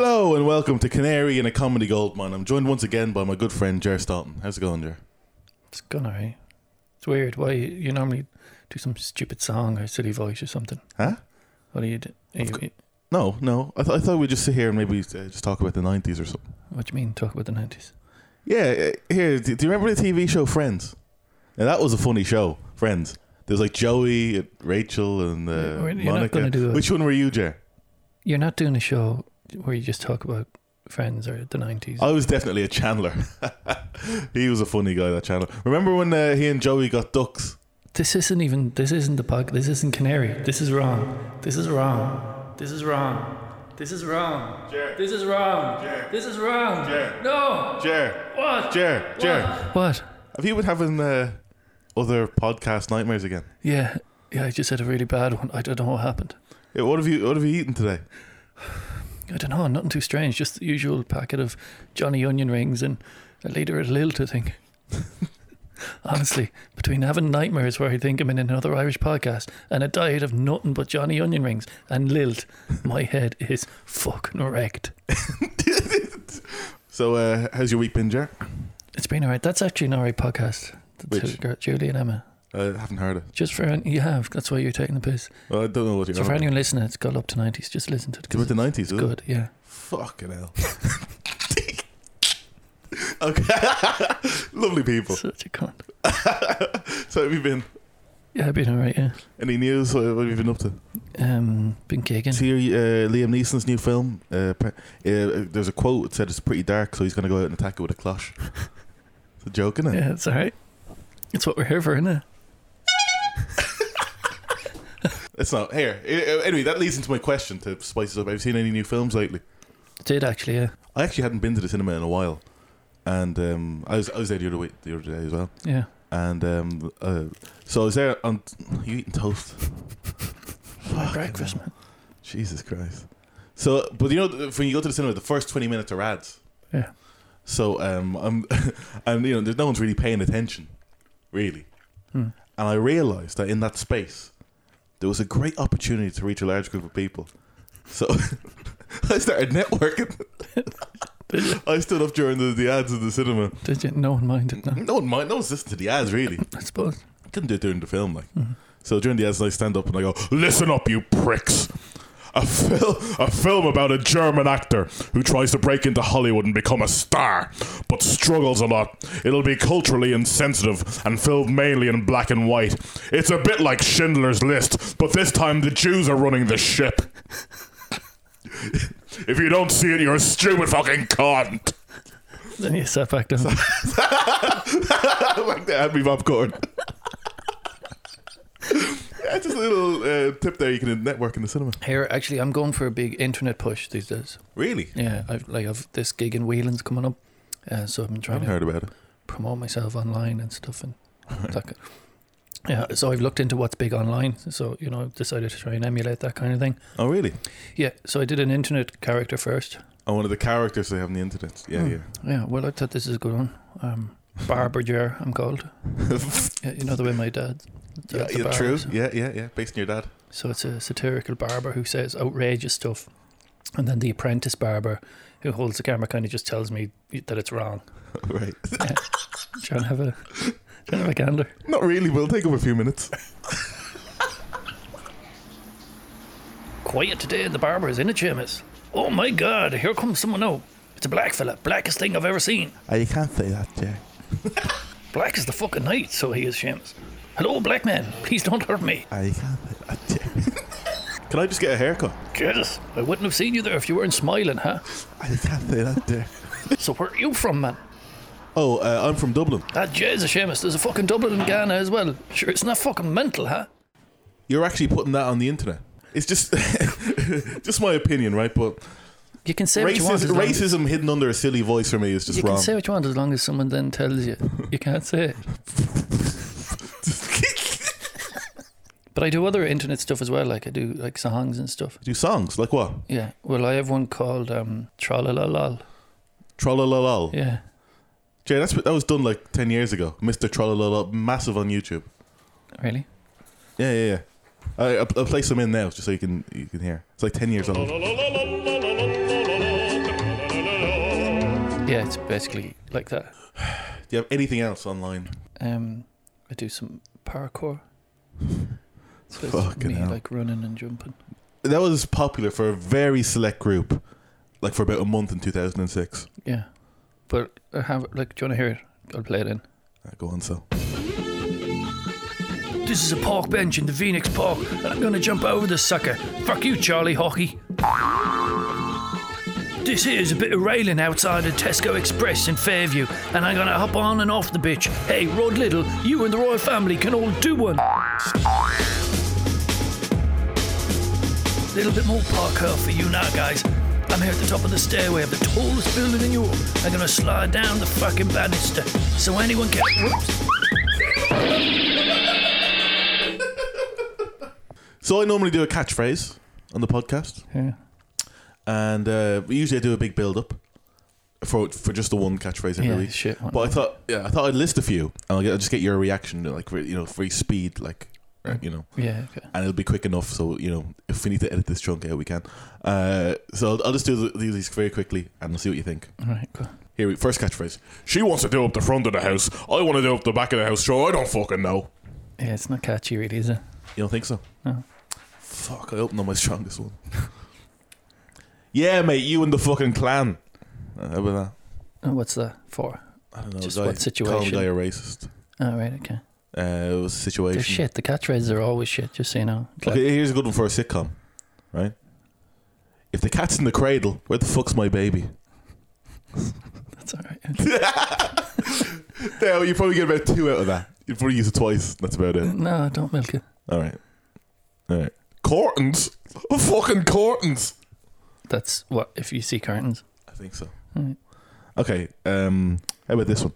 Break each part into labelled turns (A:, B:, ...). A: welcome to Canary in a Comedy Goldmine. I'm joined once again by my good friend Jer Stoughton. How's it going, Jer?
B: It's gone alright. It's weird. Why you normally do some stupid song or silly voice or something?
A: Huh?
B: What do you do? are you-
A: No, no. I, th- I thought we'd just sit here and maybe uh, just talk about the 90s or something.
B: What do you mean? Talk about the nineties?
A: Yeah, uh, here, do, do you remember the TV show Friends? Now, that was a funny show, Friends. There's like Joey, and Rachel, and uh,
B: Yeah, we're- you're not
A: Monica.
B: gonna do a-
A: Which one were you, Jer?
B: You're not doing a show where you just talk about friends or the nineties.
A: I was definitely a Chandler. he was a funny guy, that Chandler. Remember when uh, he and Joey got ducks?
B: This isn't even. This isn't the podcast. This isn't Canary. This is wrong. This is wrong. This is wrong. This is wrong.
A: Jer.
B: This is wrong.
A: Jer.
B: This is wrong.
A: Jer.
B: No.
A: Jer,
B: What?
A: Jer, Jer.
B: What?
A: Have you been having uh, other podcast nightmares again?
B: Yeah. Yeah. I just had a really bad one. I don't know what happened.
A: Yeah, What have you What have you eaten today?
B: I don't know, nothing too strange. Just the usual packet of Johnny Onion rings and a liter of Lilt, I think. Honestly, between having nightmares where I think I'm in another Irish podcast and a diet of nothing but Johnny Onion rings and Lilt, my head is fucking wrecked.
A: So, uh, how's your week been, Jer?
B: It's been alright. That's actually an alright podcast. That's
A: Which?
B: a girl- Julie and Emma.
A: I haven't heard it.
B: Just for an, you have. That's why you're taking the piss.
A: Well, I don't know what you're
B: So
A: on
B: for
A: about.
B: anyone listening, it's got up to nineties. Just listen to it.
A: It's about
B: 'cause
A: the 90s, is
B: it's good. Yeah.
A: Fucking hell. okay. Lovely people.
B: Such a cunt.
A: So, have you been?
B: Yeah, I've been alright. Yeah.
A: Any news? What have you been up to?
B: Um, been gigging.
A: See uh, Liam Neeson's new film. Uh, pre- uh, there's a quote that said it's pretty dark, so he's going to go out and attack it with a cloche. it's a joke, isn't it?
B: Yeah, it's all right. It's what we're here for, isn't it?
A: It's not. Here. Uh, Anyway, that leads into my question to spice it up. Have you seen any new films lately?
B: Did actually, yeah.
A: I actually hadn't been to the cinema in a while, and um, I was I was there the other week, the other day as well.
B: Yeah.
A: And um, uh, so I was there on. You eating toast?
B: My breakfast, man.
A: Jesus Christ. So, but you know, when you go to the cinema, the first twenty minutes are ads.
B: Yeah.
A: So, um, I'm, and you know, there's no one's really paying attention, really.
B: Hmm.
A: And I realised that in that space, there was a great opportunity to reach a large group of people. So, I started networking. I stood up during the, the ads in the cinema.
B: Did you? No one minded, no.
A: No one mind. No one's listening to the ads really.
B: I suppose.
A: Couldn't do it during the film, like. So during the ads, I stand up and I go, "Listen up, you pricks! A film, a film about a German actor who tries to break into Hollywood and become a star, but struggles a lot. It'll be culturally insensitive and filmed mainly in black and white. It's a bit like Schindler's List, but this time the Jews are running the ship. if you don't see it, you're a stupid fucking cunt."
B: Then you sat back down.
A: like the Abbey popcorn. yeah, just a little uh, tip there. You can network in the cinema.
B: Here, actually, I'm going for a big internet push these days.
A: Really?
B: Yeah, I've like I've this gig in Whelan's coming up, uh, so I've been
A: I
B: trying
A: haven't
B: to
A: heard about it.
B: promote myself online and stuff and that. ki- Yeah, so I've looked into what's big online. So you know, I've decided to try and emulate that kind of thing.
A: Oh, really?
B: Yeah, so I did an internet character first.
A: Oh, one of the characters they have in the internet. Yeah, Hmm. yeah.
B: Yeah, well, I thought this is a good one. Um, Barber Jer, I'm called. Yeah, you know the way my dad.
A: yeah,
B: dad's a
A: yeah
B: barber,
A: true.
B: so-
A: Yeah, yeah, yeah. Based on your dad.
B: So it's a satirical barber who says outrageous stuff, and then the apprentice barber who holds the camera kind of just tells me that it's wrong.
A: right.
B: Trying to have a trying to have a gander.
A: Not really, but it'll take up a few minutes.
B: Quiet today, the barber is in a chambers. Oh my God! Here comes someone out. It's a black fella, blackest thing I've ever seen.
A: Oh, you can't say that, Jay.
B: Black as the fucking night, so he is Seamus. Hello, black man. Please don't hurt me.
A: Oh, you can't say that, Jay. can I just get a haircut?
B: Jesus, I wouldn't have seen you there if you weren't smiling, huh?
A: Oh, you can't say that, Jay.
B: So where are you from, man?
A: Oh, uh, I'm from Dublin.
B: Ah, Jesus, Seamus, there's a fucking Dublin in Ghana as well. Sure, it's not fucking mental, huh?
A: You're actually putting that on the internet. It's just, just my opinion, right? But
B: You can say what you
A: Racism,
B: want. as long as-
A: racism hidden under a silly voice for me is just
B: You
A: wrong.
B: can say what you want as long as someone then tells you. You can't say it. But I do other internet stuff as well. Like I do like songs and stuff.
A: Do songs like what?
B: Yeah. Well, I have one called um, Trollalalal.
A: Trollalalal.
B: Yeah.
A: Jay, that's that was done like ten years ago. Mister Trollalalal, massive on YouTube.
B: Really?
A: Yeah, yeah, yeah. I, I'll, I'll play some in now just so you can you can hear. It's like ten years old.
B: yeah, it's basically like that.
A: Do you have anything else online?
B: Um, I do some parkour. So it's
A: Fucking
B: me
A: hell.
B: like running and jumping.
A: That was popular for a very select group, like for about a month in 2006.
B: Yeah, but I have like. Do you want to hear it? I'll play it in.
A: Uh, go on, so.
B: This is a park bench in the Phoenix Park, and I'm gonna jump over this sucker. Fuck you, Charlie Hockey. This here's a bit of railing outside of Tesco Express in Fairview, and I'm gonna hop on and off the bitch. Hey, Rod Little, you and the royal family can all do one. Little bit more parkour for you now, guys. I'm here at the top of the stairway of the tallest building in Europe. I'm gonna slide down the fucking banister so anyone can. Whoops.
A: So I normally do a catchphrase on the podcast,
B: Yeah.
A: and uh, usually I do a big build up for for just the one catchphrase every
B: Yeah,
A: week.
B: shit, why
A: But I thought, yeah, I thought I'd list a few, and I'll, get, I'll just get your reaction, like re- you know, free speed, like
B: Mm.
A: right, you know,
B: Yeah, okay.
A: and it'll be quick enough. So you know, if we need to edit this chunk out, we can. Uh, so I'll, I'll just do, the, do these very quickly, and we'll see what you think.
B: All right, cool.
A: Here, we, first catchphrase. She wants to do up the front of the house. I want to do up the back of the house. Sure, I don't fucking know.
B: Yeah, it's not catchy, really, is it?
A: You don't think so?
B: No.
A: Fuck, I opened on my strongest one. yeah, mate, you and the fucking clan. Uh, How about that?
B: Oh, what's that for?
A: I don't know.
B: Just
A: guy,
B: what
A: Calm
B: situation?
A: guy a racist.
B: Oh, right, okay.
A: Uh, it was a situation.
B: They're shit. The catchphrases are always shit, just so you know. It's like-
A: Okay, here's a good one for a sitcom, right? If the cat's in the cradle, where the fuck's my baby?
B: That's all right.
A: Yeah, you probably get about two out of that. You probably use it twice. That's about it.
B: No, don't milk it.
A: All right, all right. Cortons, fucking cortons.
B: That's what, if you see curtains.
A: I think so.
B: Alright.
A: Okay. Um, how about this one?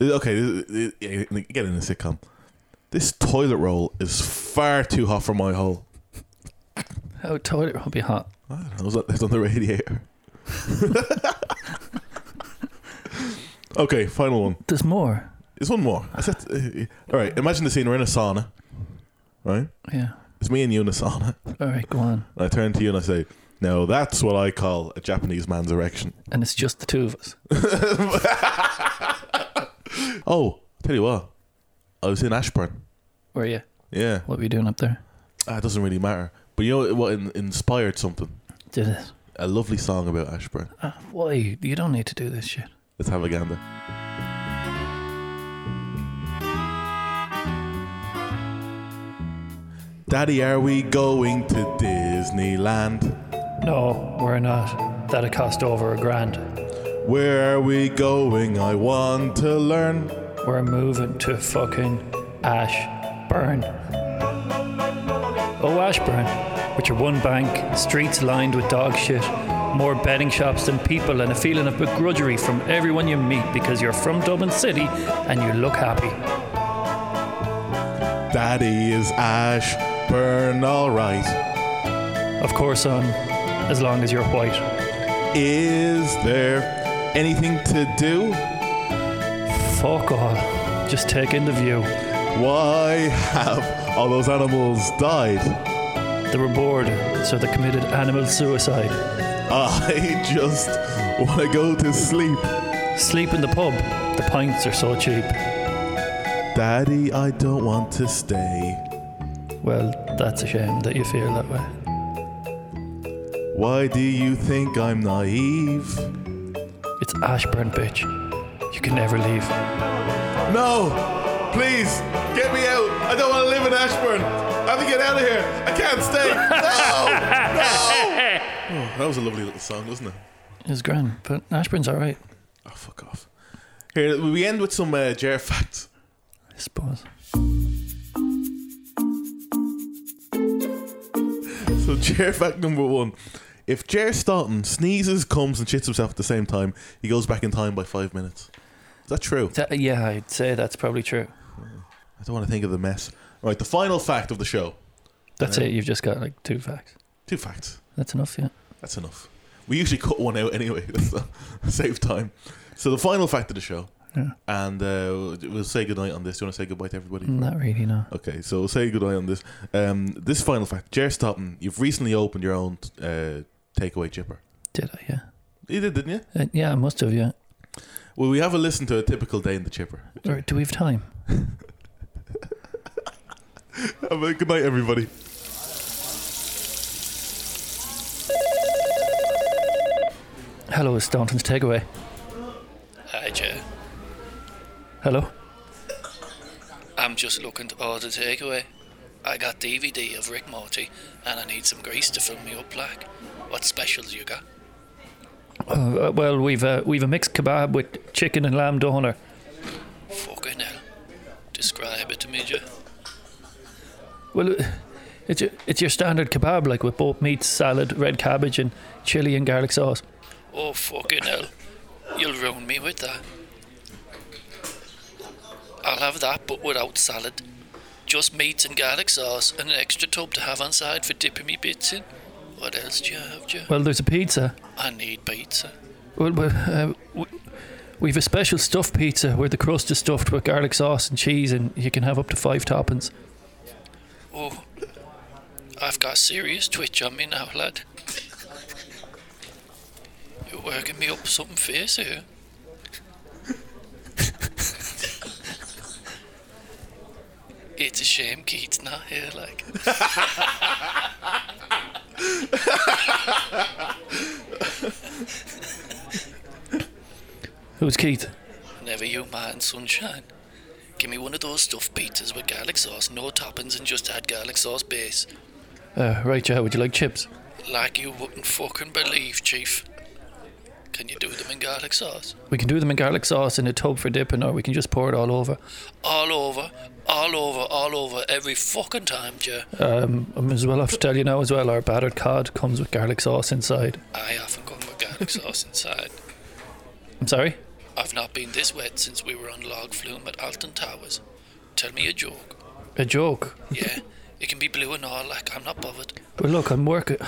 A: Uh, Okay, this- this- yeah, again in a sitcom. This toilet roll is far too hot for my hole.
B: Oh, toilet will be hot.
A: I don't know, it was on- it's on the radiator. okay, final one.
B: There's more.
A: There's one more. I said, uh, all right, imagine the scene. We're in a sauna, right?
B: Yeah.
A: It's me and you in a sauna. And
B: All right, go on.
A: I turn to you and I say, now that's what I call a Japanese man's erection.
B: And it's just the two of us.
A: Oh, tell you what, I was in Ashburn.
B: Where are you?
A: Yeah,
B: What were you doing up there?
A: ah, it doesn't really matter. But you know what in, inspired something?
B: Did it.
A: A lovely song about Ashburn.
B: Uh, why? You don't need to do this shit.
A: Let's have a gander. Daddy, are we going to Disneyland?
B: No, we're not. That'd cost over a grand.
A: Where are we going? I want to learn.
B: We're moving to fucking Ashburn. Oh, Ashburn, with your one bank, streets lined with dog shit, more betting shops than people, and a feeling of begrudgery from everyone you meet because you're from Dublin City and you look happy.
A: Daddy is Ashburn, alright.
B: Of course, on as long as you're white.
A: Is there anything to do?
B: Fuck all. Just take in the view.
A: Why have all those animals died?
B: They were bored, so they committed animal suicide.
A: I just want to go to sleep.
B: Sleep in the pub. The pints are so cheap.
A: Daddy, I don't want to stay.
B: Well, that's a shame that you feel that way.
A: Why do you think I'm naive?
B: It's Ashburn, bitch. You can never leave.
A: No! Please, get me out! I don't want to live in Ashburn! I have to get out of here! I can't stay! No! no! Oh, that was a lovely little song, wasn't it?
B: It's grand, but Ashburn's alright,
A: Oh, fuck off. Here, we end with some uh, Jer facts.
B: I suppose.
A: So, Jer fact number one. If Jer Staunton sneezes, comes, and shits himself at the same time, he goes back in time by five minutes. Is that true?
B: That- yeah, I'd say that's probably true.
A: I don't want to think of the mess. All right, the final fact of the show.
B: That's it, you've just got like two facts.
A: Two facts.
B: That's enough, yeah.
A: That's enough. We usually cut one out anyway. That's the save time. So the final fact of the show,
B: Yeah.
A: and uh, we'll say goodnight on this. Do you want to say goodbye to everybody?
B: Not really, no.
A: Okay, so we'll say goodnight on this. Um, this final fact, Jer Stoppin, you've recently opened your own uh, takeaway chipper.
B: Did I, yeah.
A: You did, didn't you?
B: Uh, yeah, I must have, yeah.
A: Well, we have a listen to a typical day in the chipper.
B: Or do we have time?
A: Have a good night, everybody.
B: Hello, it's Staunton's takeaway. Hi, Joe. Hello. I'm just looking to order takeaway. I got DVD of Rick Morty, and I need some grease to fill me up black. What specials you got? Uh, well, we've uh, we've a mixed kebab with chicken and lamb doner. Fucking hell! Describe it to me, Joe. Well, uh, it's your, it's your standard kebab, like with both meats, salad, red cabbage, and chili and garlic sauce. Oh fucking hell! You'll ruin me with that. I'll have that, but without salad. Just meat and garlic sauce, and an extra tub to have on side for dipping me bits in. What else do you have, Joe? Well, there's a pizza. I need pizza. Well, well uh, we- we've a special stuffed pizza where the crust is stuffed with garlic sauce and cheese, and you can have up to five toppings. Oh, I've got serious twitch on me now, lad. You're working me up something fierce here. It's a shame Keith's not here, like. Who's Keith? Never you mind, sunshine. Give me one of those stuffed pizzas with garlic sauce, no toppings, and just add garlic sauce base. Uh, right, Joe, would you like chips? Like you wouldn't fucking believe, Chief. Can you do them in garlic sauce? We can do them in garlic sauce in a tub for dipping, or we can just pour it all over. All over, all over, all over, every fucking time, Joe. Um, I may as well have to tell you now as well, our battered cod comes with garlic sauce inside. I often come with garlic sauce inside. I'm sorry? I've not been this wet since we were on Log Flume at Alton Towers. Tell me a joke. A joke? Yeah, it can be blue and all, like, I'm not bothered. Well, look, I'm working.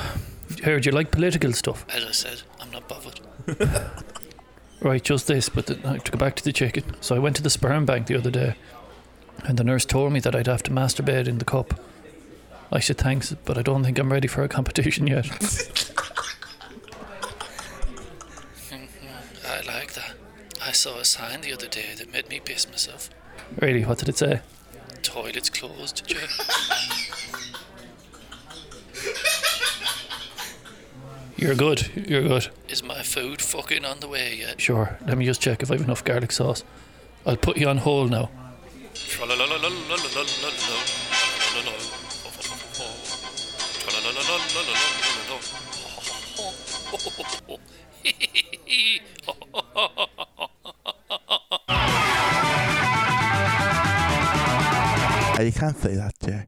B: Heard you like political stuff. As I said, I'm not bothered. right, just this, but the, I have to go back to the chicken. So I went to the sperm bank the other day, and the nurse told me that I'd have to masturbate in the cup. I said thanks, but I don't think I'm ready for a competition yet. I like that. I saw a sign the other day that made me piss myself. Really? What did it say? Toilet's closed, Joe. You're good. You're good. Is my food fucking on the way yet? Sure. Let me just check if I've enough garlic sauce. I'll put you on hold now.
C: Uh, You can't say that, Jay.